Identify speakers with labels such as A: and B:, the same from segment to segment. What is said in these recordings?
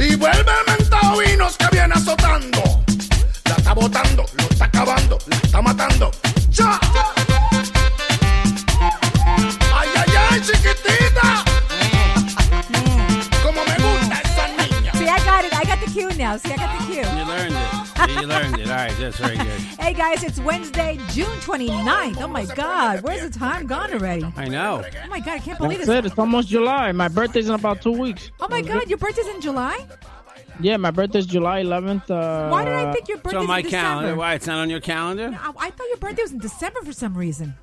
A: Y vuelve el mentavinos que viene azotando. La está botando, lo está acabando, la está matando. ¡Ya! ¡Ay, ay, ay, chiquitita! Como me gusta esa niña.
B: See, I got it. I got the cue now. See, I got the cue.
C: You learned it. You learned it. All right, that's very good.
B: Hey, guys, it's Wednesday, June 29th. Oh, my God. Where's the time gone already? Oh,
C: I know.
B: my God. I can't
D: That's
B: believe
D: it.
B: this.
D: It's almost July. My birthday's in about two weeks.
B: Oh, my God. Your birthday's in July?
D: Yeah, my birthday's July 11th. Uh,
B: Why did I think your
C: It's
B: birthday's
C: on my
B: in December?
C: calendar. Why? It's not on your calendar?
B: I, I thought your birthday was in December for some reason.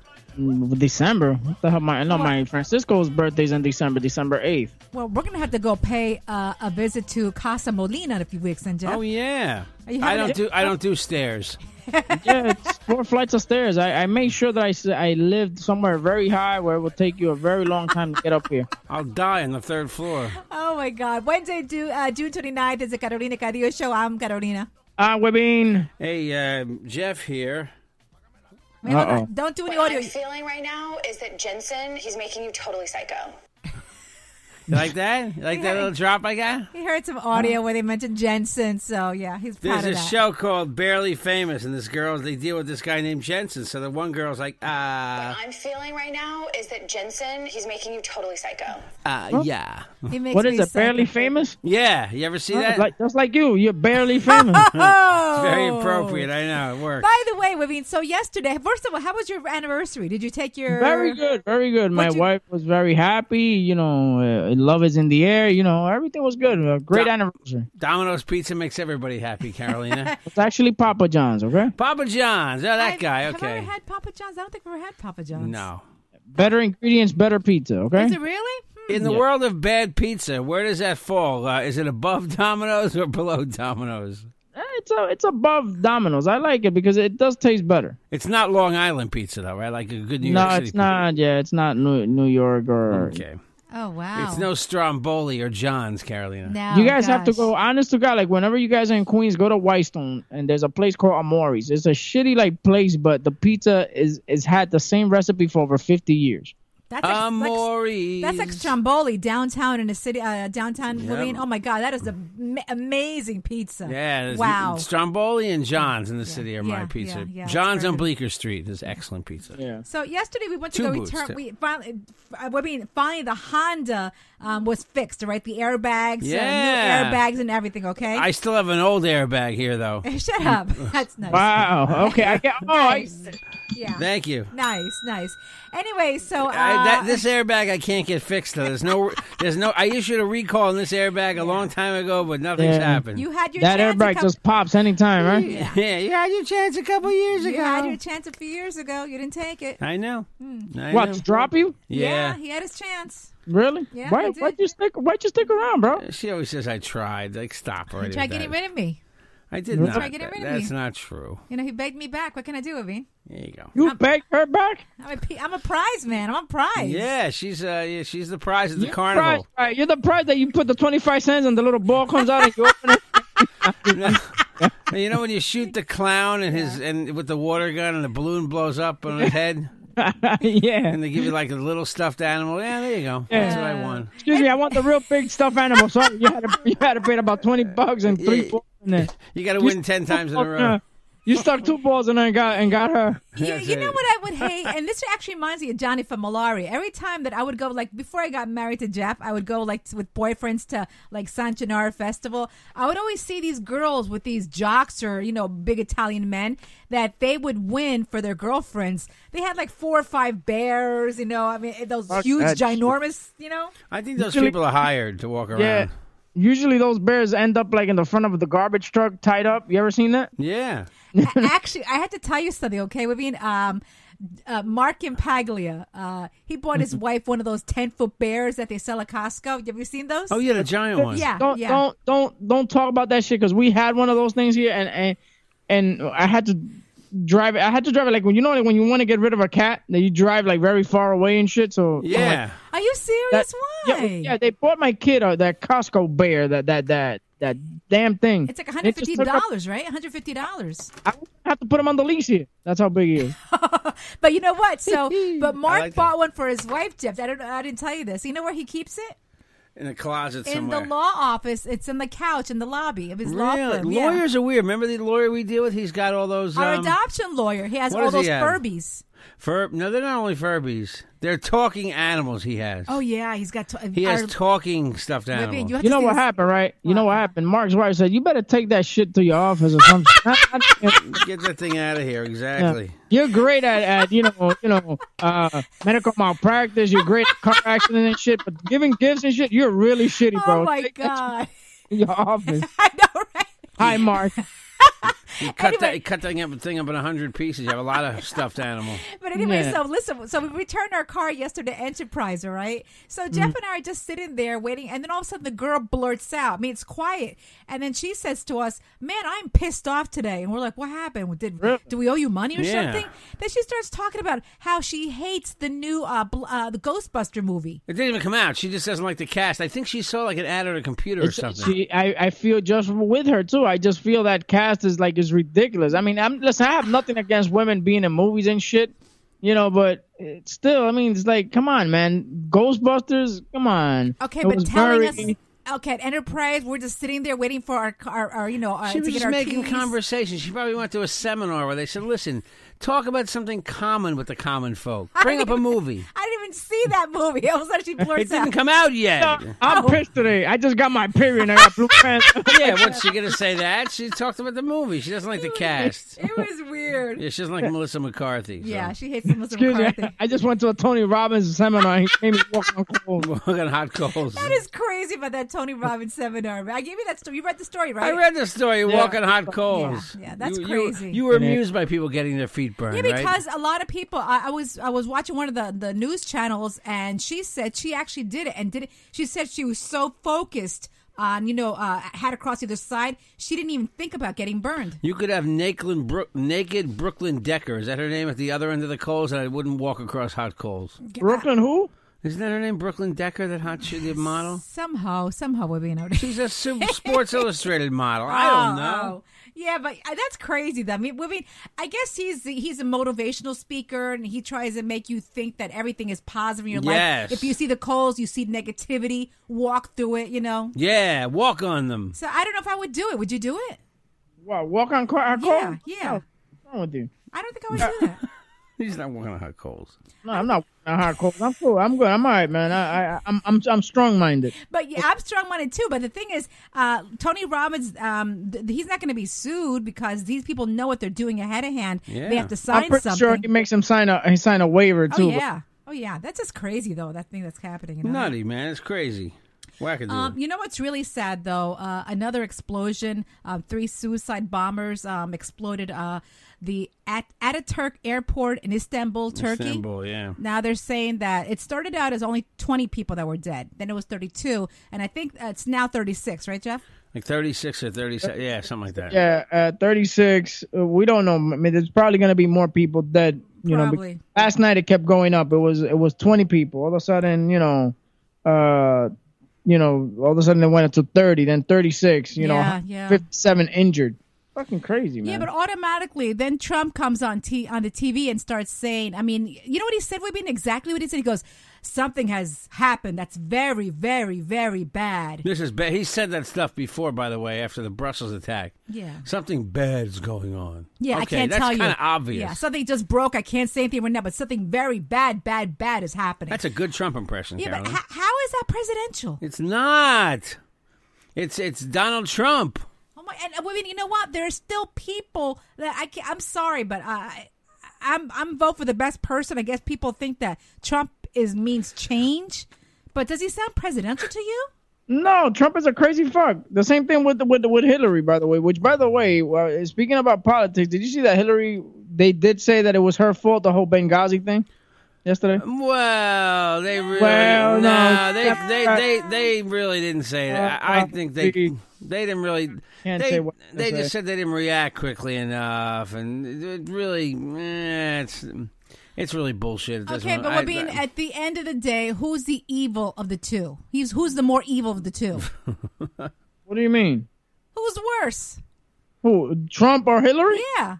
D: December? What the hell? My no, my Francisco's birthday's in December, December 8th.
B: Well, we're going to have to go pay uh, a visit to Casa Molina in a few weeks, and Jeff.
C: Oh yeah.
B: Are you
C: I
B: having
C: don't
B: a-
C: do I don't do stairs.
D: Yeah, it's four flights of stairs. I, I made sure that I s- I lived somewhere very high where it would take you a very long time to get up here.
C: I'll die on the third floor.
B: Oh, my God. Wednesday, June, uh, June 29th is the Carolina Cadillo Show. I'm Carolina.
D: Ah, Webin.
C: Hey, um, Jeff here.
B: Wait, hold
D: Uh-oh.
B: on. Don't do any
E: What
B: audio.
E: I'm feeling right now is that Jensen, he's making you totally psycho.
C: You like that? You like that little drop I got?
B: He heard some audio where they mentioned Jensen, so yeah, he's proud
C: Uh-huh.
B: of
C: There's a
B: that.
C: show called Barely Famous, and this girl they deal with this guy named Jensen. So the one girl's like, ah,
E: I'm feeling right now is that Jensen, he's making you totally psycho.
C: uh, yeah,
B: He makes
D: What is
B: me
D: it? Barely
B: psycho.
D: famous?
C: yeah. You ever see that?
D: Like just like you, you're barely famous.
B: Oh,
C: Very appropriate. I know it works.
B: By the way, Wavine, so yesterday, first of all, how was your anniversary? Did you take your
D: very good, very good. My
B: What'd you-
D: wife was very happy. You know, uh, love is in the air. You know, everything was good. A great
C: Yeah.
D: anniversary.
C: Domino's Pizza makes everybody happy, Carolina.
D: It's actually Papa John's. Okay.
C: Papa John's. Oh, that
B: I've-
C: guy.
B: Have I
C: Okay.
B: ever had Papa John's? I don't think I've ever had Papa John's.
C: No.
D: Better ingredients, better pizza. Okay.
B: Is it really? Hmm.
C: In the world of bad pizza, where does that fall? Uh, is it above Domino's or below Domino's?
D: Eh, It's a, it's above Domino's. I like it because it does taste better.
C: It's not Long Island pizza, though, right? Like a good New
D: no,
C: York City.
D: it's not. Yeah, it's not New, New York or.
C: Pizza. Okay.
B: Oh wow.
C: It's no Stromboli or John's, Carolina.
B: No,
D: You guys have to
B: Oh, gosh.
D: go. Honest to God, like whenever you guys are in Queens, go to Whitestone, and there's a place called Amori's. It's a shitty like place, but the pizza is is had the same recipe for over fifty years.
B: That's like-
C: Amore.
B: That's like Stromboli downtown in the city, uh, downtown Wavine. Oh my God, that is a ma- amazing pizza.
C: Yeah. there's-
B: Wow.
C: Stromboli and John's in the city are my
B: yeah,
C: pizza.
B: yeah, yeah, it's
C: John's
B: very
C: on
B: good.
C: Bleecker Street is excellent pizza.
D: Yeah.
B: So yesterday we went to
C: Two
B: go
C: boots,
B: return.
C: too.
B: We finally, uh, I mean, finally the Honda um, was fixed, right? The airbags,
C: Yeah.
B: uh, new airbags, and everything. Okay,
C: I still have an old airbag here, though.
B: shut up.
C: Mm.
B: That's nice.
D: Wow. Okay. I get. Oh, I,
B: Nice. Yeah.
C: Thank you.
B: nice, nice. Anyway, so uh,
C: I, that, this airbag I can't get fixed though. There's no, there's no. I issued a recall on this airbag a long time ago, but nothing's
D: Yeah.
C: happened.
B: you had your
D: that
B: chance a
D: airbag
B: couple-
D: just pops anytime, right?
B: Yeah.
C: yeah, you had your chance a couple years
B: you
C: ago.
B: had your Hmm. chance a few years ago. You didn't take it.
C: I know. I
D: What?
C: know.
D: to Drop you?
C: Yeah.
B: he had his chance.
D: Really?
B: Yeah, I
D: why?
B: did.
D: Why'd you stick? Why'd you stick around, bro?
C: She always says I tried. Like stop already.
B: Try
C: with
B: getting
C: that.
B: rid of me.
C: I did not.
B: Try getting rid of
C: That's
B: me.
C: not true.
B: You know, he begged me back. What can I do, Avine?
C: There you go.
B: Um,
D: You beg her back?
B: I'm a, pe- I'm a prize man. I'm a prize.
C: Yeah, she's uh, yeah, she's the prize at the
D: Prize,
C: carnival.
D: right? You're the prize that you put the twenty five cents and the little ball comes out and you open it.
C: you know when you shoot the clown and his and with the water gun and the balloon blows up on his head
D: yeah.
C: and they give you like a little stuffed animal. Yeah, there you go. That's what I won.
D: Excuse me, I want the real big stuffed animal. Sorry, you had to you had to pay about twenty bucks and three
C: Yeah.
D: four. in there. Oh,
C: You got to win ten times in a row.
D: You stuck two balls in her and got and got her.
B: You,
C: That's
B: you know
C: it.
B: what I would hate, and this actually reminds me of Johnny from Malari. Every time that I would go, like before I got married to Jeff, I would go like t- with boyfriends to like San Gennaro Festival. I would always see these girls with these jocks or you know big Italian men that they would win for their girlfriends. They had like four or five bears, you know. I mean, eh, those
D: Fuck
B: huge,
D: that shit.
B: ginormous, you know.
C: I think those
D: Usually-
C: people are hired to walk around.
D: Yeah. Usually those bears end up like in the front of the garbage truck tied up. You ever seen that?
C: Yeah.
B: A- actually, I had to tell you something, okay, Vivian? Um, uh, Mark Impaglia, uh, he bought his wife one of those 10 foot bears that they sell at Costco. Have you seen those?
C: Oh, yeah, the giant one.
B: Yeah,
D: Don't
B: yeah.
D: don't don't don't talk about that shit because we had one of those things here and and and I had to drive it. I had to drive it like when you know like, when you want to get rid of a cat, then you drive like very far away and shit. So
C: Yeah.
B: Are you serious?
D: That-
B: Why?
D: Yeah, yeah, they bought my kid uh, that Costco bear, that that that that damn thing.
B: It's like
D: And it just took up-
B: $150, right? $150.
D: I have to put him on the leash here. That's how big he is.
B: But you know what? So, but Mark
C: like that.
B: bought one for his wife, Jeff. I don't I didn't tell you this. You know where he keeps it?
C: In the closet
B: In
C: somewhere.
B: the law office. It's in the couch in the lobby of his law
C: Really?
B: firm. yeah.
C: Lawyers are weird. Remember the lawyer we deal with? He's got all those.
B: Our
C: Um,
B: adoption lawyer. He has
C: what
B: all
C: does
B: those
C: he have?
B: Furbies.
C: Fur- no, they're not only Furbies. They're talking animals he has.
B: Oh yeah, he's got. To,
C: He has
B: our-
C: talking stuffed
B: Vivian,
C: animals.
B: you, have
D: You
B: to
D: know
B: see
D: what
B: this-
D: happened, right? You know
B: What?
D: what happened? Mark's wife said, "You better take that shit to your office or something." I- I-
C: Get that thing out of here. Exactly.
D: yeah. You're great at, at you know you know uh, medical malpractice. You're great at car accident and shit, but giving gifts and shit, you're really shitty, bro.
B: Oh my
D: Take that
B: god!
D: to your office.
B: I know, right?
D: Hi, Mark.
C: You cut
B: Anyway.
C: that you cut that up- thing up in a hundred pieces. You have a lot of stuffed animals.
B: But anyway,
D: Yeah.
B: so listen. So we returned our car yesterday, to Enterprise, all right?
C: Mm.
B: So Jeff and I are just sitting there waiting, and then all of a sudden the girl blurts out. I mean, it's quiet, and then she says to us, "Man, I'm pissed off today." And we're like, "What happened? Did
D: Really?
B: do we owe you money or
C: Yeah.
B: something?" Then she starts talking about how she hates the new uh, bl- uh the Ghostbuster movie.
C: It didn't even come out. She just doesn't like the cast. I think she saw like an ad on a computer or something.
D: She, I, I feel just with her too. I just feel that cast is like is ridiculous. I mean, I'm listen. I have nothing against women being in movies and shit, you know, but it's still, I mean, it's like, come on, man, Ghostbusters, come on.
B: Okay,
D: It
B: but
D: was
B: telling
D: very-
B: us. Okay, at Enterprise, we're just sitting there waiting for our, our, our you know, our, to
C: She was
B: get
C: just
B: our
C: making
B: keys.
C: conversation. She probably went to a seminar where they said, "Listen, talk about something common with the common folk. Bring up a movie."
B: I didn't even see that movie. All of a sudden, she
C: It
B: blurts out.
C: didn't come out yet.
D: I'm pissed today. I just got my period. and I got blue pants.
C: yeah, what's she gonna say that? She talked about the movie. She doesn't like the cast.
B: It was weird.
C: Yeah, she doesn't like Melissa McCarthy. so.
B: Yeah, she hates Melissa
D: Excuse me.
B: McCarthy.
D: I just went to a Tony Robbins seminar. He made me walk on cold.
C: Walking on hot coals.
B: That is crazy about that Tony Robbins seminar. I gave you that story. You read the story, right?
C: I read the story. Walking hot coals.
B: yeah, that's
C: You- you-
B: crazy.
C: You, were amused by people getting their feet burned,
B: Yeah,
C: right?
B: because a lot of people. I, I was I was watching one of the the news channels, and she said she actually did it, and did it. She said she was so focused on you know uh, had to cross either side, she didn't even think about getting burned.
C: You could have naked, Brook, naked Brooklyn Decker. Is that her name at the other end of the coals? And I wouldn't walk across hot coals.
D: Brooklyn, who?
C: Isn't that her name, Brooklyn Decker? That hot shit, the model.
B: Somehow, somehow, we're being out.
C: She's a Su- Sports Illustrated model. I don't
B: Oh.
C: know.
B: Yeah, but uh, that's crazy. Though. I mean, I mean, I guess he's he's a motivational speaker, and he tries to make you think that everything is positive in your
C: Yes.
B: life. If you see the coals, you see negativity. Walk through it, you know.
C: Yeah, walk on them.
B: So I don't know if I would do it. Would you do it?
D: What? Walk on co- hot
B: Yeah,
D: cold?
B: yeah.
D: What's wrong with you?
B: I don't think I would do that.
C: He's not walking on hot coals.
D: No, I'm not walking on hot cold. I'm cool. I'm good. I'm all right, man. I, I, I'm, I'm, I'm strong-minded.
B: But yeah, I'm strong-minded too. But the thing is, uh, Tony Robbins, um, th- he's not going to be sued because these people know what they're doing ahead of hand.
C: Yeah.
B: They have to
D: I'm
B: sign
D: pretty
B: something.
D: sure he makes him sign a he sign a waiver
B: oh
D: too.
B: yeah, oh yeah. That's just crazy though. That thing that's happening. You know?
C: Nutty man, it's crazy. Wackadoodle.
B: Um, you know what's really sad though? Uh, another explosion. Um, three suicide bombers um, exploded uh, the At- Ataturk airport in Istanbul, Turkey.
C: Istanbul, yeah.
B: Now they're saying that it started out as only 20 people that were dead. Then it was 32, and I think uh, it's now 36, right, Jeff?
C: Like 36 or 37. Yeah, something like that.
D: Yeah, uh, 36. Uh, we don't know. I mean, there's probably gonna be more people dead. You know,
B: Probably.
D: because last night it kept going up. It was it was 20 people. All of a sudden, you know, uh, you know, all of a sudden it went up to 30, then 36. You
B: Yeah,
D: know,
B: yeah.
D: 57 injured. fucking crazy, man.
B: Yeah, but automatically, then Trump comes on t- on the TV and starts saying, I mean, you know what he said, We've been Exactly what he said. He goes, Something has happened that's very, very, very bad.
C: This is bad. He said that stuff before, by the way, after the Brussels attack.
B: Yeah.
C: Something bad's going on.
B: Yeah,
C: okay,
B: I can't
C: that's
B: tell you.
C: kind of obvious.
B: Yeah, something just broke. I can't say anything right now, but something very bad, bad, bad is happening.
C: That's a good Trump impression,
B: yeah, but
C: Carolyn.
B: h- how is that presidential?
C: it's not. It's it's Donald Trump.
B: Oh my! And uh, women, you know what? There are still people that I can't, I'm sorry, but uh, I, I'm I'm vote for the best person. I guess people think that Trump is means change, but does he sound presidential to you?
D: No, Trump is a crazy fuck. The same thing with with with Hillary, by the way. Which, by the way, uh, speaking about politics, did you see that Hillary? They did say that it was her fault the whole Benghazi thing yesterday.
C: Uh, Well, they really
D: Well, no.
C: nah, they, they they they really didn't say that. I, I think they
D: Probably.
C: they didn't really.
D: Can't
C: they
D: say what to
C: they
D: say.
C: just said they didn't react quickly enough, and it really, eh, it's it's really bullshit. At this
B: Okay,
C: moment.
B: but
C: I-
B: we're being
C: I-
B: at the end of the day, who's the evil of the two? He's who's the more evil of the two?
D: What do you mean?
B: who's worse?
D: Who? Trump or Hillary?
B: Yeah,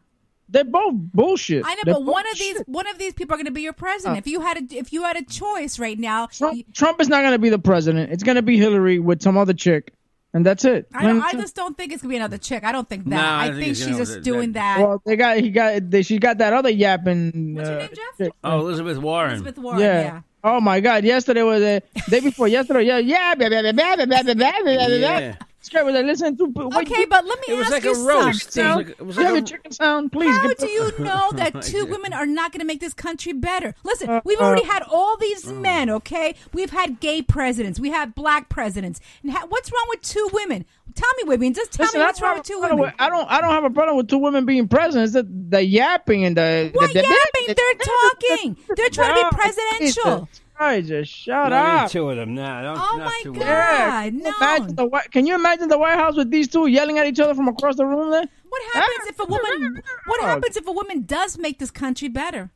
D: They're both bullshit.
B: I know,
D: They're
B: but
D: both
B: one of these
D: shit.
B: one of these people are going to be your president. If you had a if you had a choice right now, you-
D: Trump, Trump is not going to be the president. It's going to be Hillary with some other chick, and that's it.
B: I, don't, I just don't think it's gonna be another chick. I don't think that.
C: No,
B: I,
C: I think
B: think
C: it's
B: she's
C: gonna-
B: just
C: that-
B: doing that.
D: Well, they got he got they, she got that other yapping.
B: What's her
D: uh,
B: name, Jeff?
D: chick.
C: oh, Elizabeth Warren.
B: Elizabeth Warren.
D: yeah.
B: Yeah.
D: Oh my God! Yesterday was a day before yesterday. Yeah, yeah, blah, blah, blah, blah, blah, blah, blah, blah,
C: Yeah.
D: blah. This guy was like, listen to. Wait,
B: Okay, but let me
C: It was
B: ask
C: like
B: you
C: a roast. It
B: something.
C: was like, it was
D: you
C: like
D: have
C: a-
D: a chicken sound, please.
B: How
D: get
B: do
D: the-
B: you know that two women are not going to make this country better?
D: Uh,
B: Listen, we've already had all these
C: Mm.
B: men, okay? We've had gay presidents, we had black presidents. And ha- what's wrong with two women? Tell me, women. Just tell
D: Listen,
B: me
D: I
B: what's
D: don't
B: wrong
D: have
B: with
D: a
B: two
D: problem
B: women.
D: with- I don't. I don't have a problem with two women being president. It's the, the yapping and the.
B: What
D: the- the-
B: yapping? They're talking. They're trying to be
D: No,
B: presidential.
D: Jesus Christ, just shut
C: No, I need
D: up.
C: two of them. No, don't,
B: Oh
C: not
B: my
C: two of them.
D: Yeah,
B: God!
D: can
B: Ah,
D: you
B: No.
D: imagine the White- Can you imagine the White House with these two yelling at each other from across the room? There.
B: What happens if a woman? What happens if a woman does make this country better?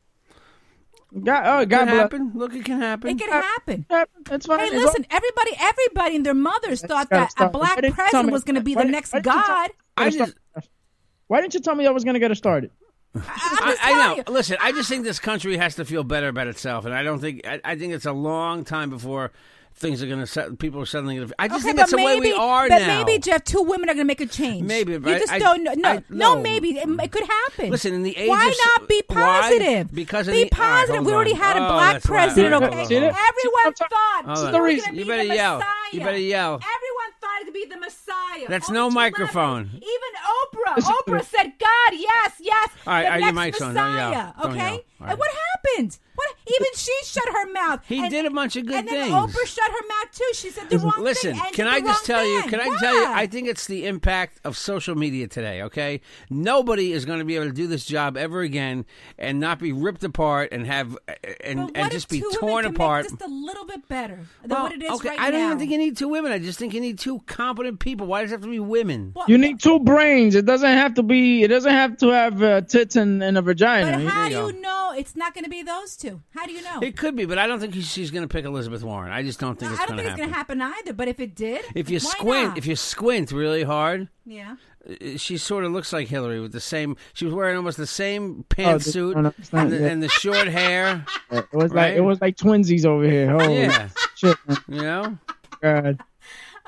D: God, oh,
C: It
D: God
C: can
D: bless.
C: happen. Look, it can happen.
B: It can happen.
D: Yeah, That's fine.
B: Hey,
D: As long-
B: listen, everybody, everybody and their mothers thought
D: gotta
B: that a
D: stop.
B: black
D: Why didn't you tell
B: president
D: me-
B: was going to be
D: why
B: the
D: didn't-
B: next
D: why didn't you tell-
B: god.
C: I just,
D: Why didn't you tell me I was gonna get it started?
B: I'm
C: I,
B: just
C: I
B: telling
C: know.
B: you. Ah.
C: Listen, I just think this country has to feel better about itself, and I don't think. I, I think it's a long time before things are going to. People are suddenly going to. I just
B: Okay,
C: think that's
B: but
C: the
B: maybe,
C: way we are
B: but
C: now.
B: maybe Jeff, two women are going to make a change.
C: Maybe, but
B: you
C: I-
B: just
C: I-
B: don't know. No,
C: I-
B: no,
C: no.
B: maybe it, it could happen.
C: Listen, in the age
B: why
C: of so-
B: not be
C: why?
B: positive?
C: Because in
B: be
C: the- all right,
B: positive.
C: hold
B: we already
C: on.
B: had a
C: Oh,
B: black
C: that's right.
B: president.
C: Hold on,
B: Okay,
C: hold on, hold on.
B: everyone
D: See that?
B: thought
C: Hold
B: she was
C: on.
B: going to be
C: You better
B: the
C: yell.
B: Messiah.
C: You better yell.
B: Everyone thought it could be the Messiah.
C: That's
B: All
C: no
B: the celebrities.
C: microphone.
B: Even Oprah.
D: Listen to
B: Oprah
D: this.
B: said, "God, yes, yes,
C: All right,
B: the
C: all right, your
B: next
C: mic's on.
B: Messiah."
C: Don't yell. Don't yell.
B: Okay,
C: All right.
B: and what happened? What? Even she shut her mouth.
C: He
B: And-
C: did a bunch of good
B: and then
C: things.
B: Oprah shut her mouth too. She said the wrong thing
C: Listen,
B: and
C: can
B: did
C: I
B: the
C: just
B: wrong
C: tell you?
B: thing.
C: Can I tell you?
B: Why?
C: I think it's the impact of social media today. Okay, nobody is going to be able to do this job ever again and not be ripped apart and have
B: But
C: and
B: what
C: and
B: if
C: just be
B: two women
C: torn
B: can make
C: apart.
B: Just a little bit better than
C: Well,
B: what it is
C: okay,
B: right
C: I don't
B: now.
C: even think you need two women. I just think you need two competent people. Why does it have to be women?
B: Well,
D: You need two brains. It doesn't have to be. It doesn't have to have uh, tits and, and a vagina.
B: But how
C: you
B: do
C: go.
B: you know it's not going to be those two? How do you know?
C: It could be, but I don't think she's going to pick Elizabeth Warren. I just don't think
B: I
C: it's
B: don't
C: going
B: think
C: to
B: it's going
C: happen.
B: to happen either. But if it did,
C: If you
B: why
C: squint,
B: not?
C: if you squint really hard,
B: yeah.
C: uh, she sort of looks like Hillary with the same. She was wearing almost Oh, the same
D: this-
C: pantsuit
D: no, no, it's not
C: and, the,
D: yet.
C: and the short hair.
D: it was like
C: right?
D: it was like twinsies over here. Holy
C: Yeah,
D: shit, my
C: you know.
D: God.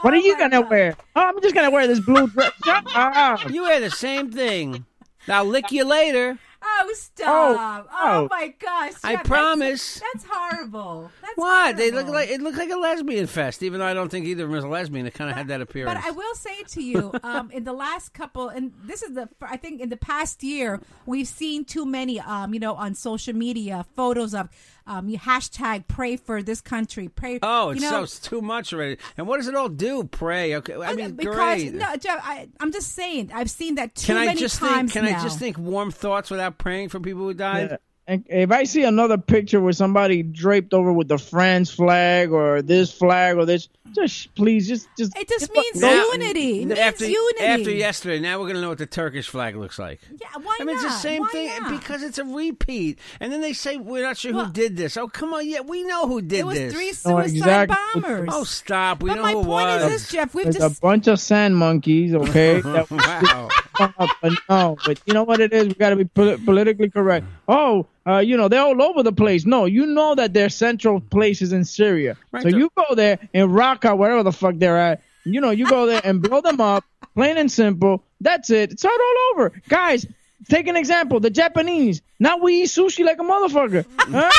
D: What are you gonna wear? Oh, I'm just gonna wear this blue dress. Shut up.
C: You wear the same thing. I'll lick you later.
B: Oh stop! Oh,
D: oh.
B: my gosh!
C: I
B: Jeff, that's-
C: promise.
B: That's, horrible. That's
C: What? They look
B: horrible.
C: like it looked like a lesbian fest, even though I don't think either of them is a lesbian. It kind of had that appearance.
B: But I will say to you, um, in the last couple, and this is the, I think in the past year, we've seen too many, um, you know, on social media photos of, um, you hashtag pray for this country, pray.
C: Oh, it's
B: you know,
C: so it's too much already. And what does it all do? Pray, okay? I mean,
B: uh, because
C: great.
B: no, Jeff, I, I'm just saying, I've seen that too
C: can
B: many
C: I just think?
B: times
C: Can
B: now.
C: I just think warm thoughts without praying for people who died?
D: Yeah. And if I see another picture where somebody draped over with the France flag or this flag or this, just please, just just.
B: It just
D: get
B: means
D: the-
C: Now-
B: unity. It means
C: after,
B: unity.
C: After yesterday, now we're going to know what the Turkish flag looks like.
B: Yeah, why
C: I mean, it's the
B: not?
C: same
B: Why
C: thing
B: not?
C: because it's a repeat. And then they say we're not sure
B: Well-
C: who did this. Oh, come on, yeah, we know who did
B: it was
C: this.
B: three
D: Oh,
B: suicide
D: exactly.
B: bombers.
C: oh, stop! We
B: but
C: know
B: my
C: who it
B: point
C: was.
B: is this, Jeff. We've
D: There's
B: just
D: a bunch of sand monkeys, okay? that-
C: wow.
D: come up, but no. But you know what it is? We got to be pol- politically correct. Oh, uh, you know, they're all over the place. No, you know that their central place is in Syria.
C: Right
D: so
C: there.
D: you go there in Raqqa, wherever the fuck they're at. You know, you go there and blow them up, plain and simple. That's it. Start all over. Guys, take an example. The Japanese. Now we eat sushi like a motherfucker. Huh?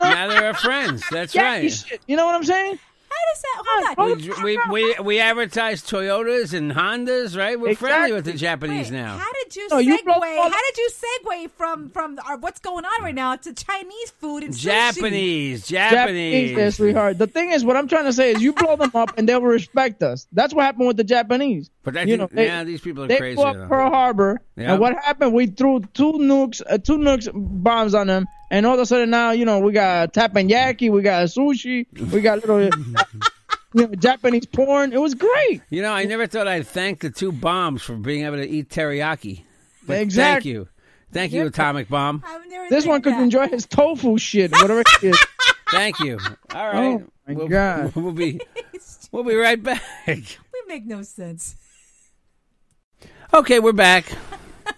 C: now they're our friends. That's
D: Yankee
C: right.
D: shit. You Oh, know what I'm saying?
B: How does that? Hold on.
C: We, we, we, we advertise Toyotas and Hondas, right? We're friendly with the Japanese
B: Wait,
C: now.
B: How did you
D: No,
B: segue?
D: you broke
B: how
D: all-
B: did you segue from from our, what's going on right now to Chinese food and sushi?
C: Japanese,
D: Japanese,
C: Japanese.
D: there, sweetheart. The thing is, what I'm trying to say is, you blow them up and they'll respect us. That's what happened with the Japanese.
C: But I
D: you
C: think,
D: know, they,
C: yeah, these people are
D: they
C: crazy.
D: blew up
C: though.
D: Pearl Harbor,
C: Yeah.
D: and what happened? We threw two nukes, uh, two nukes bombs on them, and all of a sudden now, you know, we got teppanyaki, we got sushi, we got little. You know, Japanese porn. It was great.
C: You know, I never thought I'd thank the two bombs for being able to eat teriyaki. But Thank
D: Exact-
C: you. Thank you, Atomic Bomb.
B: I've never
D: This
B: seen
D: one could
B: that.
D: enjoy his tofu shit, whatever it is.
C: Thank you. All right.
D: Oh, my
C: we'll,
D: God.
C: We'll be, we'll be right back.
B: We make no sense.
C: Okay, we're back.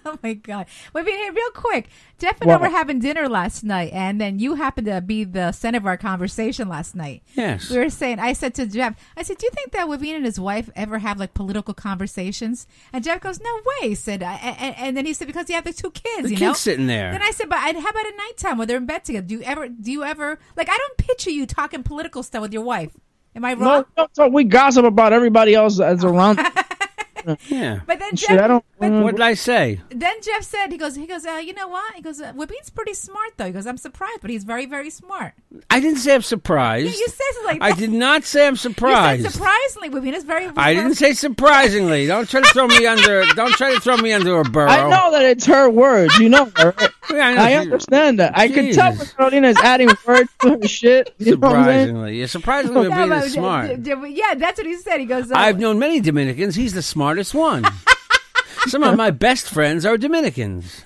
B: Oh my god! Wait, wait, hey, real quick. Jeff and I
D: What?
B: were having dinner last night, and then you happened to be the center of our conversation last night.
C: Yes.
B: We were saying, I said to Jeff, I said, "Do you think that Wavine and his wife ever have like political conversations?" And Jeff goes, "No way," said, I, and, and then he said, "Because they have the two kids,
C: The
B: you
C: kid's
B: know."
C: sitting there.
B: Then I said, "But I'd- how about at nighttime when they're in bed together? Do you ever? Do you ever like? I don't picture you talking political stuff with your wife. Am I wrong?"
D: No, no, so we gossip about everybody else that's around.
C: yeah.
B: But then Jeff,
D: Shit, I don't. Mm.
B: but
C: What did I say?
B: then Jeff said, "He goes, he goes, uh, you know what? He goes, uh, Wabine's pretty smart though. He goes, I'm surprised, but he's very, very smart.
C: I didn't say I'm surprised.
B: You said it like
C: I
B: that.
C: did not say I'm
B: You
C: surprised.
B: said surprisingly, Wabine is very.
C: I didn't say surprisingly. Don't try to throw me under. Don't try to throw me under a burrow.
D: I know that it's her words, you know. Her.
C: Yeah, I know.
D: I understand that. I can tell when
C: Jesus.
D: Carolina is adding words to her shit. You know what I'm saying?
C: Surprisingly, yeah, surprisingly,
B: No,
C: Rabin
B: but-
C: is smart.
B: d- d- yeah, that's what he said. He goes, uh,
C: I've known many Dominicans. He's the smartest one. Some of my best friends are Dominicans.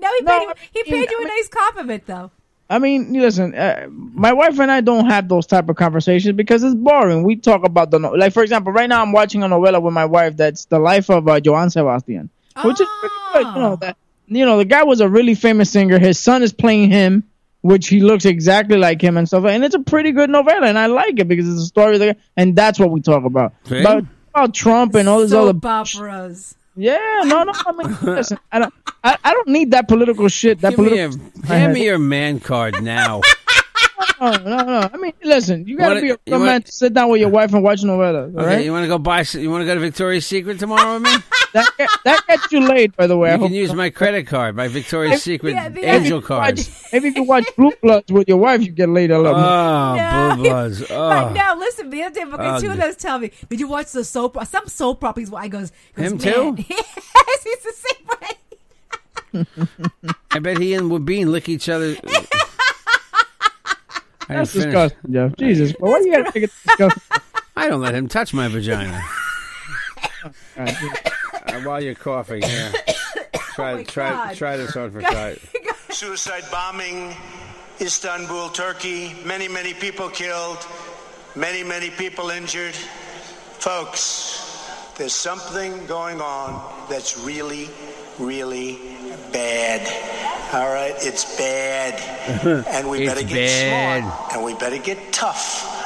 B: no, he paid,
D: No,
B: you,
D: I
B: he
D: mean-
B: paid you a
D: I
B: nice compliment though.
D: I mean, listen, uh, my wife and I don't have those type of conversations because it's boring. We talk about the no- like, for example, right now I'm watching a novella with my wife that's the life of uh, Joan Sebastian, which is pretty good. You
B: Oh.
D: know that you know the guy was a really famous singer. His son is playing him, which he looks exactly like him and stuff. And it's a pretty good novella, and I like it because it's a story that, and that's what we talk about.
C: See?
D: About, about Trump and all this
B: Soap
D: other
B: operas.
D: Yeah, no, no. I mean, listen, I don't, I, I don't need that political shit. That
C: Give me,
D: political.
C: a, hand me your man card now.
D: No, no, no. I mean, listen, you gotta
C: wanna-
D: be a
C: you
D: real man
C: wanna-
D: to sit down with your wife and watch novellas, all
C: Okay,
D: right?
C: you want to go buy? s- You want to go to Victoria's Secret tomorrow with me?
D: that, get, that gets you laid, by the way. I
C: You
D: hope
C: can use my credit card, my Victoria's Secret
B: yeah, the-
C: angel
B: Watch-
C: card.
D: Maybe if you watch Blue Bloods with your wife, you get laid a lot more.
C: Oh,
B: No.
C: blue bloods.
B: But
C: Oh.
B: no, listen. The other day, because
C: Oh,
B: two of
C: d-
B: those tell me, did you watch the soap? Some soap operas. Why goes, goes
C: Him
B: "Man."
C: too?
B: yes, he's the same way.
C: I bet he and Wabine lick each other. I, didn't
D: That's
C: finish.
D: disgusting, Jeff. Jesus, well, why you gotta make it disgusting?
C: I don't let him touch my vagina. Uh, while you're coughing, yeah. Try, try,
B: Oh God.
C: try this on for size.
F: Suicide bombing, Istanbul, Turkey. Many, many people killed. Many, many people injured. Folks, there's something going on that's really, really bad. All right, it's bad. And we
C: It's
F: better get
C: bad.
F: smart. And we better get tough.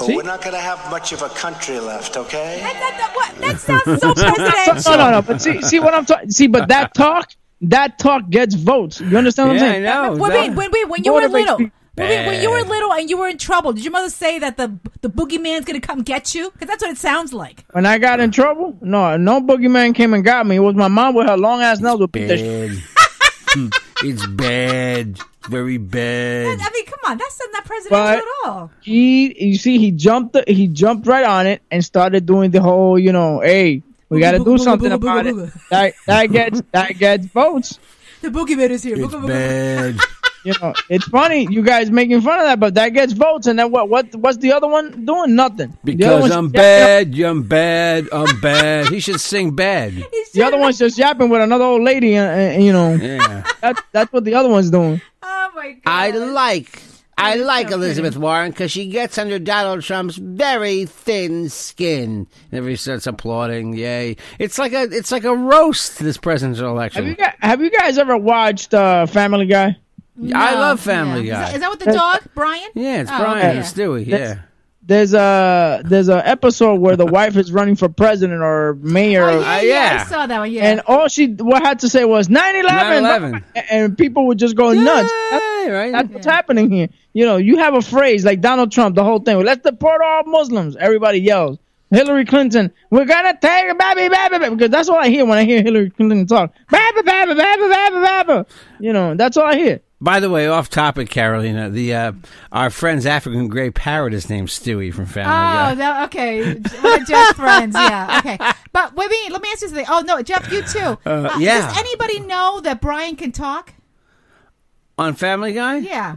F: Or
D: See?
F: we're not going to have much of a country left, okay?
B: That, that, that, what? that sounds so presidential.
D: No, no, no. But see, see what I'm talking. See, but that talk, that talk gets votes. You understand what
C: Yeah,
D: I'm
C: I
D: saying?
C: know.
B: Well, wait,
C: Oh, that-
B: wait, wait, when you
D: What
B: were
D: if I
B: little,
D: speak
B: Wait, wait, when you were
C: bad?
B: little and you were in trouble, did your mother say that the the boogeyman's gonna come get you? Because that's what it sounds like.
C: Oh.
D: When I got in trouble, no, no boogeyman came and got me. It was my mom with her long ass nails with the shit.
C: bad. Hmm, it's bad. Very bad.
B: I mean, come on, that's not presidential
D: But-
B: at all.
D: he you see he jumped he jumped right on it and started doing the whole you know hey we got to do something about it that that gets that gets votes
B: The boogeyman is here.
C: It's
B: Boogeyman-
C: bad.
D: you know it's funny you guys making fun of that but that gets votes and then what what what's the other one doing nothing The other
C: Because
D: one's
C: I'm
D: just
C: bad. I'm bad. I'm bad. He should sing bad.
D: yapping- the other one's just yapping with another old lady and, and, you know
C: Yeah.
D: that's that's what the other one's doing
B: Oh my god!
C: I like. I
B: It's
C: like
B: so pretty.
C: Elizabeth Warren because she gets under Donald Trump's very thin skin. And everybody starts applauding. Yay! It's like a it's like a roast this presidential
D: Have you
C: election.
D: guys, have you guys ever watched uh, Family Guy?
C: I
B: No,
C: love
B: yeah.
C: Family
B: Is
C: Guy.
B: that- Is that with the dog, Brian?
C: yeah, it's
B: Oh,
C: Brian
B: okay.
C: and Stewie.
D: That's-
C: Yeah,
D: There's a there's a episode where the wife is running for president or mayor,
B: Oh, yeah,
C: Uh,
B: yeah,
C: yeah.
B: I saw that one. Yeah.
D: and all she what had to say was 9/11,
C: 9/11.
D: and people would just go nuts. That's,
C: Yay, right?
D: that's what's happening here. You know, you have a phrase like Donald Trump, the whole thing. Well, let's deport all Muslims. Everybody yells. Hillary Clinton, we're gonna take a baby, baby, baby, because that's all I hear when I hear Hillary Clinton talk. Baby, baby, baby, baby, baby. You know, that's all I hear.
C: By the way, off topic, Carolina. The uh, our friend's African gray parrot is named Stewie from Family
B: Oh,
C: Guy.
B: that, okay. We're just friends. Yeah. Okay. But wait, wait, let me ask you something. Oh, no, Jeff, you too. Uh,
C: yeah.
B: Does anybody know that Brian can talk?
C: On Family Guy,
B: Yeah.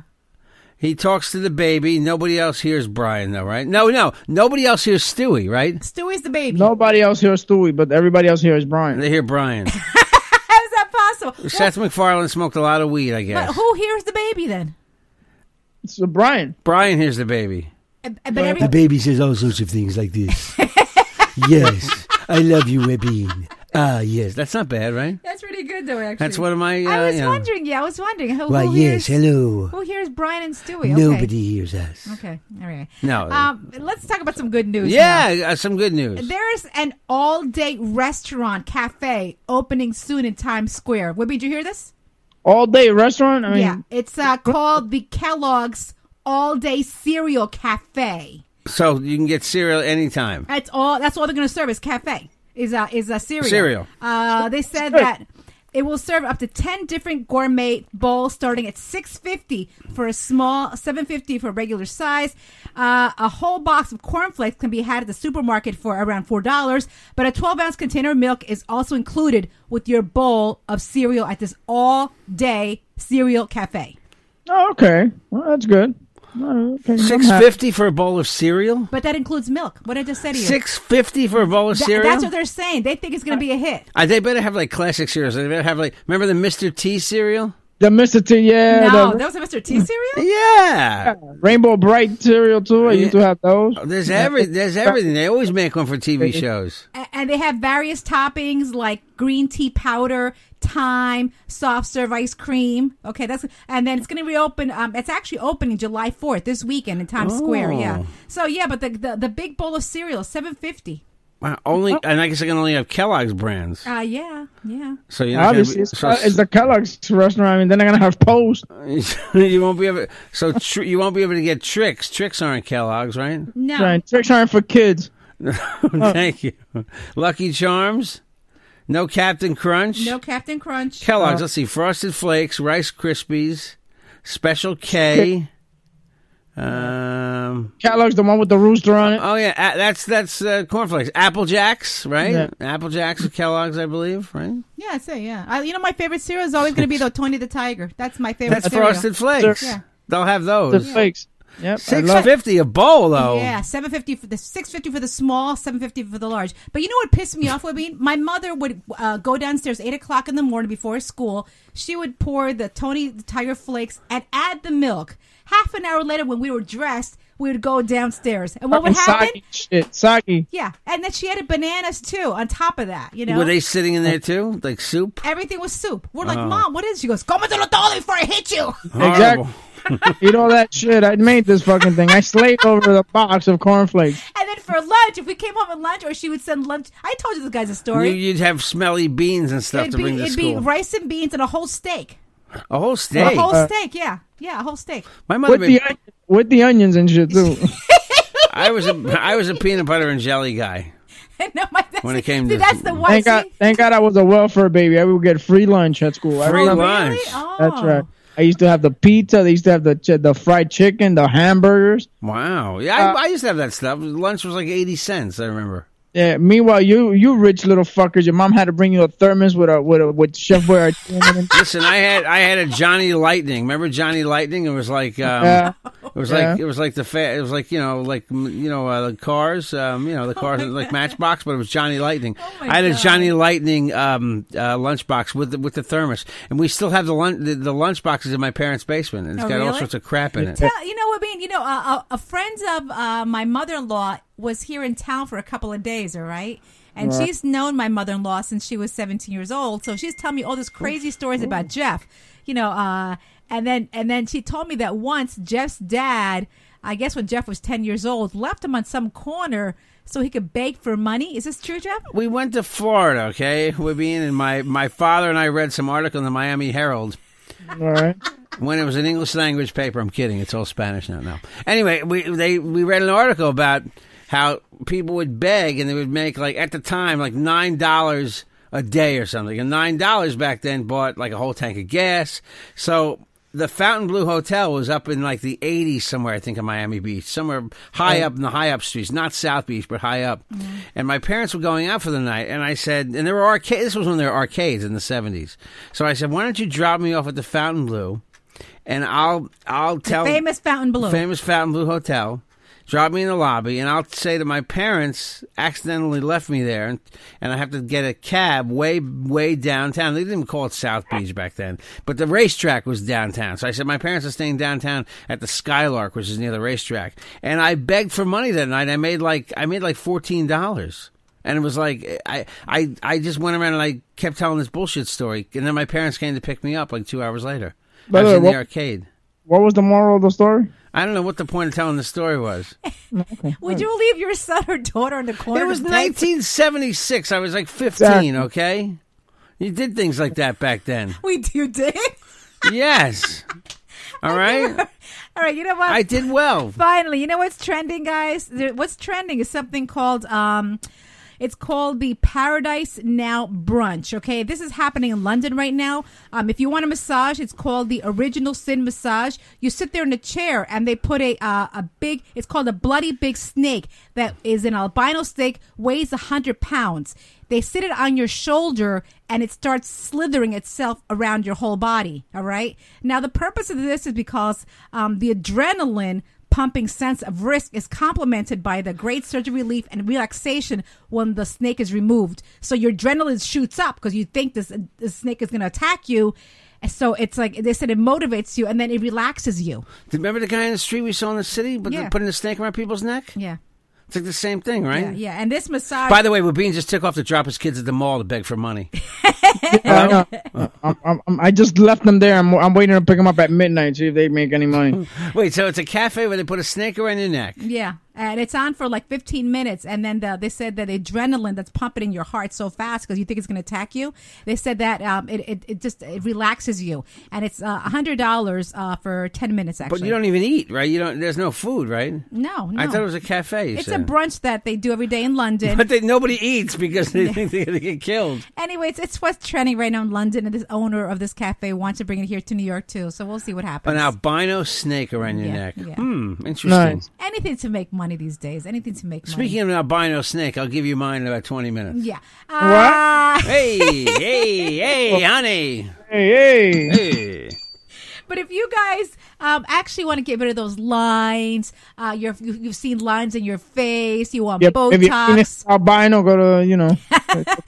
C: he talks to the baby. Nobody else hears Brian, though, right? No, no, nobody else hears Stewie, right?
B: Stewie's the baby.
D: Nobody else hears Stewie, but everybody else hears Brian.
C: They hear Brian.
B: How is that possible?
C: Seth MacFarlane smoked a lot of weed, I
B: Well,
C: guess.
B: but who hears the baby then?
D: So Brian.
C: Brian hears the baby.
B: Uh, But every,
G: The baby says all sorts of things like this. yes, I love you, Webin. Ah, yes.
C: That's not bad, right?
B: that's pretty good though. Actually,
C: That's one of my. Uh,
B: I was
C: you know.
B: wondering. Yeah, I was wondering who,
G: Why,
B: who
G: yes,
B: hears
G: hello.
B: who hears Brian and Stewie. Okay.
G: Nobody hears us.
B: Okay. All right.
C: No.
B: Um, let's talk about some good news. now.
C: Yeah, uh, some good news.
B: There's an all-day restaurant cafe opening soon in Times Square. Wibby, did you hear this?
D: All day restaurant? I mean,
B: yeah, it's uh, called the Kellogg's All Day Cereal Cafe.
C: So you can get cereal anytime.
B: That's all. That's all they're going to serve is cafe. Is a is a cereal.
C: Cereal.
B: Uh, they said that it will serve up to ten different gourmet bowls, starting at six fifty for a small, seven fifty for regular size. Uh, a whole box of cornflakes can be had at the supermarket for around four dollars, but a twelve ounce container of milk is also included with your bowl of cereal at this all day cereal cafe.
D: Oh, okay. Well, that's good. All right, okay.
C: Six fifty for a bowl of cereal.
B: But that includes milk. What I just said to you.
C: Six fifty for a bowl of
B: Tha-
C: cereal.
B: That's what they're saying. They think it's going to be a hit.
C: Uh, they better have like classic cereals. They better have like remember the Mr. T cereal?
D: The Mr. T, yeah.
B: No,
D: the
B: that was a Mr. T cereal.
C: Yeah.
D: Rainbow Bright cereal, too. I used to have those.
B: Oh.
C: There's every there's everything. They always make one for TV shows.
B: A- and they have various toppings like green tea powder, thyme, soft serve ice cream. Okay, that's and then it's going to reopen. Um, it's actually opening July fourth this weekend in Times Square.
C: Oh.
B: Yeah. So yeah, but the the, the big bowl of cereal seven fifty.
C: Wow, only and I guess I can only have Kellogg's brands.
B: Uh, yeah, yeah.
C: So you're not gonna
D: Obviously,
C: be,
D: it's,
C: so,
D: it's the Kellogg's restaurant. I mean, then they're going to have Post.
C: you won't be able so tr- you won't be able to get tricks. Tricks aren't Kellogg's, right?
B: No,
D: Right. Tricks aren't for kids.
C: Thank you. Lucky Charms, no Captain Crunch,
B: no Captain Crunch.
C: Kellogg's. let's see, Frosted Flakes, Rice Krispies, Special K. Um.
D: Kellogg's, the one with the rooster on it.
C: Oh yeah, a- that's that's uh, cornflakes. Apple Jacks, right?
D: Yeah.
C: Apple Jacks with Kellogg's, I believe, right?
B: Yeah, I say yeah. I, you know, my favorite cereal is always going to be the Tony the Tiger. That's my favorite.
C: That's
B: cereal.
C: Frosted Flakes.
B: Yeah.
C: They'll have
D: The
C: those.
D: fakes. Yep. I
C: Six
D: love-
C: fifty a bowl though.
B: Yeah, seven fifty for the six fifty for the small, seven fifty for the large. But you know what pissed me off? I mean, my mother would uh, go downstairs eight o'clock in the morning before school. She would pour the Tony the Tiger flakes and add the milk. Half an hour later, when we were dressed, we would go downstairs, and
C: Uh,
B: what would
D: fucking
B: happen?
D: soggy Shit. Soggy.
B: Yeah, and then she added bananas too on top of that. You know.
C: Were they Oh. sitting in there too, like soup?
B: Everything was soup. We're like, Mom, what is? She goes, come to the dolly before I hit you.
C: Horrible.
D: Eat all that shit. I made this fucking thing. I slaved over the box of cornflakes.
B: And then for lunch, if we came home at lunch, or she would send lunch. I told you this guy's a story.
C: You, you'd have smelly beans and stuff
B: it'd
C: to
B: be,
C: bring to
B: it'd
C: school.
B: be rice and beans and a whole steak.
C: a whole steak.
B: A whole
D: Uh,
B: steak, yeah. Yeah, a whole steak.
C: My mother,
D: With
C: made,
D: the, onion- with the onions and shit, too.
C: I was a I was a peanut butter and jelly guy.
B: no, my, that's,
C: When it came
B: see,
C: to-
B: that's the one.
D: thank God,
B: see?
D: thank God I was a welfare baby. I would get free lunch at school. I
C: Free
D: remember-
C: lunch.
B: Oh.
D: That's right. I used to have the pizza. They used to have the ch- the fried chicken, the hamburgers.
C: Wow. Yeah, I, I used to have that stuff. Lunch was like eighty cents. I remember.
D: Yeah. Meanwhile, you you rich little fuckers. Your mom had to bring you a thermos with a with a with Chef Boyardee. in it.
C: Listen, I had I had a Johnny Lightning. Remember Johnny Lightning? It was like um,
D: Yeah.
C: It was
D: Yeah.
C: like it was like the fa- it was like you know like m- you know uh, the cars um, you know the
B: Oh
C: cars like Matchbox but it was Johnny Lightning.
B: my
C: I had a
B: God.
C: Johnny Lightning um, uh, lunchbox with the, with the thermos, and we still have the lun- the, the lunchboxes in my parents' basement. And it's
B: Oh,
C: got all
B: really?
C: sorts of crap in it.
B: Tell, you know what, Bean? You know, uh, a, a friend of uh, my mother in law was here in town for a couple of days, all right? And she's known my mother in law since she was 17 years old. So she's telling me all these crazy stories about Jeff, you know. Uh, and then and then she told me that once Jeff's dad, I guess when Jeff was 10 years old, left him on some corner so he could beg for money. Is this true, Jeff?
C: We went to Florida, okay, Wibbian, and my, my father and I read some article in the Miami Herald
D: All right.
C: when it was an English language paper. I'm kidding; it's all Spanish now. Now, anyway, we they we read an article about how people would beg and they would make like at the time like nine dollars a day or something, and nine dollars back then bought like a whole tank of gas. So. The Fountain Blue Hotel was up in like the 80s somewhere, I think, in Miami Beach, somewhere high up in the high up streets, not South Beach, but high up. And my parents were going out for the night, and I said, and there were arcades. This was when there were arcades in the 70s. So I said, why don't you drop me off at the Fountain Blue? and I'll I'll tell
B: Famous Fountain Blue.
C: famous Fountain Blue Hotel. Drop me in the lobby, and I'll say that my parents accidentally left me there, and, and I have to get a cab way, way downtown. They didn't even call it South Beach back then, but the racetrack was downtown. So I said, My parents are staying downtown at the Skylark, which is near the racetrack. And I begged for money that night. I made like, I made like $14. And it was like I, I I just went around and I kept telling this bullshit story, and then my parents came to pick me up like two hours later.
D: By
C: I
D: the
C: was
D: way,
C: in the
D: what-
C: arcade.
D: What was the moral of the story?
C: I don't know what the point of telling the story was.
B: Would you leave your son or daughter in the corner?
C: It was
B: to beg for-
C: 1976. I was like 15, okay? You did things like that back then.
B: We you did.
C: Yes. All right?
B: All right, you know what?
C: I did well.
B: Finally, you know what's trending, guys? There, what's trending is something called um it's called the Paradise Now Brunch. Okay, this is happening in London right now. Um, if you want a massage, it's called the Original Sin Massage. You sit there in a chair, and they put a uh, a big. It's called a bloody big snake that is an albino snake, weighs hundred pounds. They sit it on your shoulder, and it starts slithering itself around your whole body. All right. Now the purpose of this is because um, the adrenaline pumping sense of risk is complemented by the great surge of relief and relaxation when the snake is removed. So your adrenaline shoots up because you think this, this snake is going to attack you. And So it's like they said, it motivates you and then it relaxes you.
C: Remember the guy in the street we saw in the city but
B: Yeah.
C: putting a snake around people's neck?
B: Yeah,
C: It's like the same thing, right?
B: yeah. yeah. And this massage,
C: By the way, Rabin just took off to drop his kids at the mall to beg for money.
D: I, I'm, I'm, I'm- I just left them there. I'm, I'm waiting to pick them up at midnight see if they make any money.
C: Wait, so it's a cafe where they put a snake around your neck?
B: yeah, and it's on for like 15 minutes. And then the, they said that adrenaline that's pumping in your heart so fast because you think it's going to attack you. They said that um, it, it, it just it relaxes you, and it's uh, hundred dollars uh, for 10 minutes. Actually,
C: But you don't even eat, right? You don't. There's no food, right?
B: No, no.
C: I thought it was a cafe. you
B: It's a
C: said.
B: brunch that they do every day in London.
C: But they, nobody eats because they think they're going to get killed.
B: anyway, it's, it's what's trending right now in London, and this owner of this cafe wants to bring it here to New York too. So we'll see what happens.
C: An albino snake around your
B: Yeah,
C: neck.
B: yeah.
C: Hmm, interesting.
D: Nice.
B: Anything to make money these days. Anything to make money.
C: Speaking of an albino snake, I'll give you mine in about 20 minutes.
B: yeah. Uh,
C: Hey, hey, hey, honey.
D: Hey, hey.
C: Hey.
B: But if you guys um, actually want to get rid of those lines, uh, you're, you- you've seen lines in your face, you want
D: Yep, if you're in
B: Botox.
D: it, albino, go to you know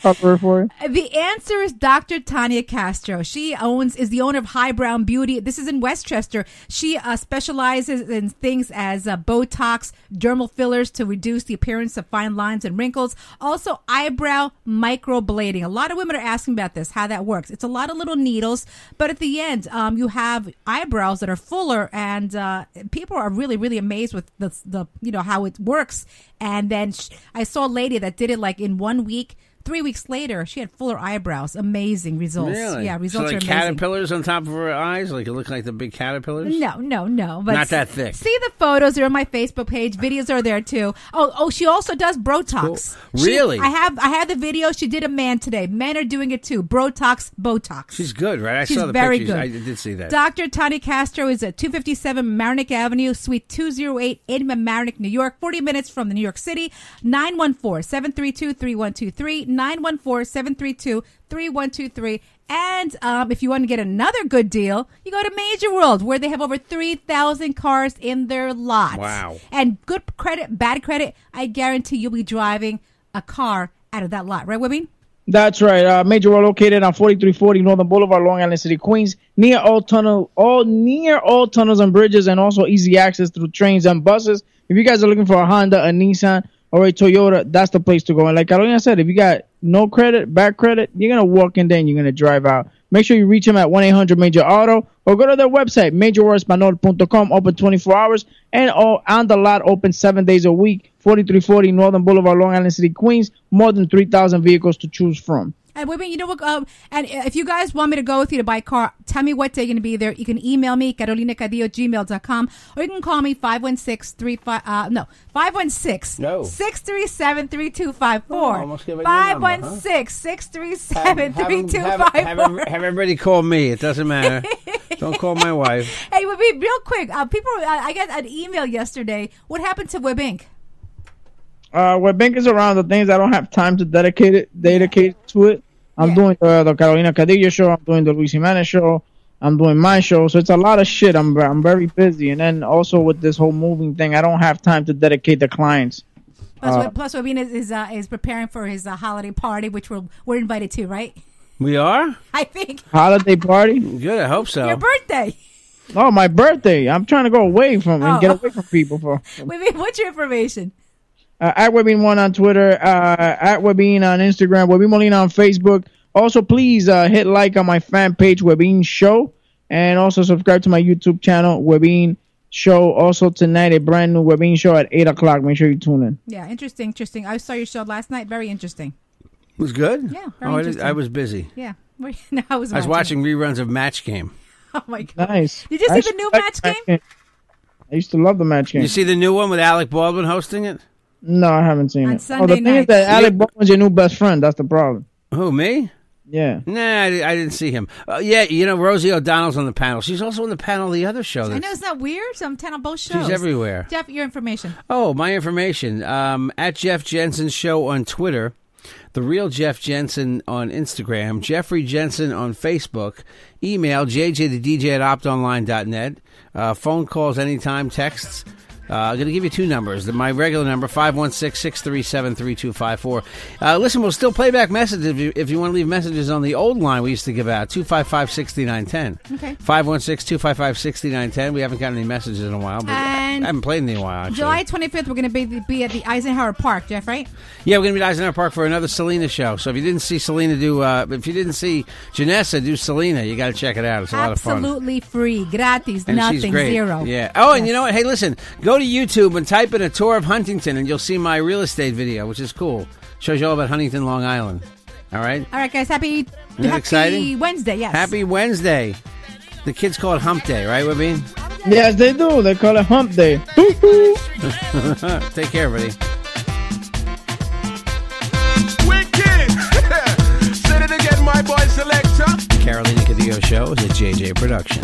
D: cover for it.
B: The answer is Dr. Tanya Castro. She owns is the owner of High Brown Beauty. This is in Westchester. She uh, specializes in things as uh, Botox, dermal fillers to reduce the appearance of fine lines and wrinkles. Also, eyebrow microblading. A lot of women are asking about this, how that works. It's a lot of little needles, but at the end, um, you have eyebrows that are fuller, and uh, people are really, really amazed with the, the you know how it works. And then sh- I saw a lady that did it like in one week. Three weeks later, she had fuller eyebrows. Amazing results.
C: Really?
B: Yeah, results
C: so like
B: are amazing.
C: caterpillars on top of her eyes? Like it looked like the big caterpillars?
B: No, no, no. But
C: Not that thick.
B: See the photos. They're on my Facebook page. Videos are there too. Oh, oh. She also does Botox.
C: Cool.
B: She-
C: Really?
B: I have. I had the video. She did a man today. Men are doing it too. Botox, Botox.
C: She's good, right? I
B: She's
C: saw the
B: very
C: pictures.
B: good.
C: I did see that.
B: Dr. Tony Castro is at 257 Marinick Avenue, Suite 208, Edmond, Marinick, New York, 40 minutes from the New York City, 914-732-3123, 914-732-3123. And um, if you want to get another good deal, you go to Major World, where they have over 3,000 cars in their lot.
C: Wow.
B: And good credit, bad credit, I guarantee you'll be driving a car out of that lot. Right, Webby?
D: That's right. Uh, Major Road located on 4340 Northern Boulevard, Long Island City, Queens, near all tunnel, all near all tunnels and bridges, and also easy access through trains and buses. If you guys are looking for a Honda, a Nissan, or a Toyota, that's the place to go. And like Carolina said, if you got no credit, bad credit, you're gonna walk in there and you're gonna drive out. Make sure you reach them at 1-800-MAJOR-AUTO or go to their website, majorworldspanol.com, open 24 hours, and all on the lot open seven days a week. 4340 Northern Boulevard, Long Island City, Queens. More than 3,000 vehicles to choose from.
B: And women, you know what? Um, and if you guys want me to go with you to buy a car, tell me what day you're going to be there. You can email me, carolinacadillo, gmail.com, or you can call me 516 35, uh, no, 516
C: No.
B: 637
C: Oh, almost
B: 3254.
C: gave it your number, huh?
B: 516 637
C: Have- have- have- have-
B: 3254.
C: have everybody call me. It doesn't matter. Don't call my wife.
B: Hey, Webby, real quick, uh, people, uh, I got an email yesterday. What happened to Web Inc.?
D: Uh, where bank is around, the things I don't have time to dedicate it, dedicate to it. I'm
B: Yeah.
D: doing the, the Carolina Cadillo show. I'm doing the Luis Jimenez show. I'm doing my show. So it's a lot of shit. I'm, I'm very busy. And then also with this whole moving thing, I don't have time to dedicate the clients.
B: Plus, Web- plus Webin is is, uh, is preparing for his uh, holiday party, which we're, we're invited to, right?
C: We are?
B: I think
D: Holiday party?
C: Good, I hope so.
B: your birthday.
D: Oh, my birthday. I'm trying to go away from and
B: Oh.
D: get away from people for
B: Webin, what's your information?
D: uh, at Webin1 on Twitter, uh, at Webin on Instagram, Webin Molina on Facebook. Also, please uh, hit like on my fan page, Webin Show, and also subscribe to my YouTube channel, Webin Show. Also, tonight, a brand new Webin Show at 8 o'clock. Make sure you tune in.
B: Yeah, interesting, interesting. I saw your show last night. Very interesting.
C: It was good?
B: Yeah, very
C: Oh, I, did-
B: interesting.
C: I was busy.
B: Yeah. Where- no, I was
C: I was
B: watching.
C: watching reruns of Match Game.
B: Oh, my God.
D: Nice.
B: Did you see
D: I
B: the
D: used
B: new
D: to like
B: match
D: the
B: game?
D: I used to love the match game.
C: You see the new one with Alec Baldwin hosting it?
D: no, I haven't seen
B: On
D: it. oh,
B: Sunday
D: the thing
B: nights.
D: is that Alec Baldwin's your new best friend. That's the problem.
C: Who, me?
D: Yeah.
C: Nah, I, di- I didn't see him. Uh, yeah, you know, Rosie O'Donnell's on the panel. She's also on the panel of the other show.
B: I
C: that's-
B: know it's not weird. So I'm ten on both shows.
C: She's everywhere.
B: Jeff, your information.
C: Oh, my information. Um, at Jeff Jensen Show on Twitter, The Real Jeff Jensen on Instagram, Jeffrey Jensen on Facebook, email jjthedj at optonline.net, uh, phone calls anytime, texts. Uh, I'm going to give you two numbers. My regular number, 516 637 3254. Uh, Listen, we'll still play back messages if you, if you want to leave messages on the old line we used to give out, 255 6910.
B: Okay.
C: 516 255 6910. We haven't gotten any messages in a while, but
B: And-
C: I haven't played in a while, actually.
B: July 25th, we're going to be, be at the Eisenhower Park, Jeff, right?
C: Yeah, we're going to be at Eisenhower Park for another Selena show. So if you didn't see Selena do, uh, if you didn't see Janessa do Selena, you got to check it out. It's a lot of fun.
B: Absolutely free, gratis,
C: And
B: nothing,
C: she's great.
B: zero.
C: Yeah. Oh, and you know what? Hey, listen, go to YouTube and type in a tour of Huntington, and you'll see my real estate video, which is cool. Shows you all about Huntington, Long Island. All right.
B: All right, guys. Happy,
C: Isn't it
B: happy
C: exciting?
B: Wednesday. Yes.
C: Happy Wednesday. The kids call it Hump Day, right, Webby?
D: Yes, they do. They call it hump day.
C: Take care, everybody.
A: Wicked. Say it again, my boy selector.
C: Carolina Cadillo Show is a JJ production.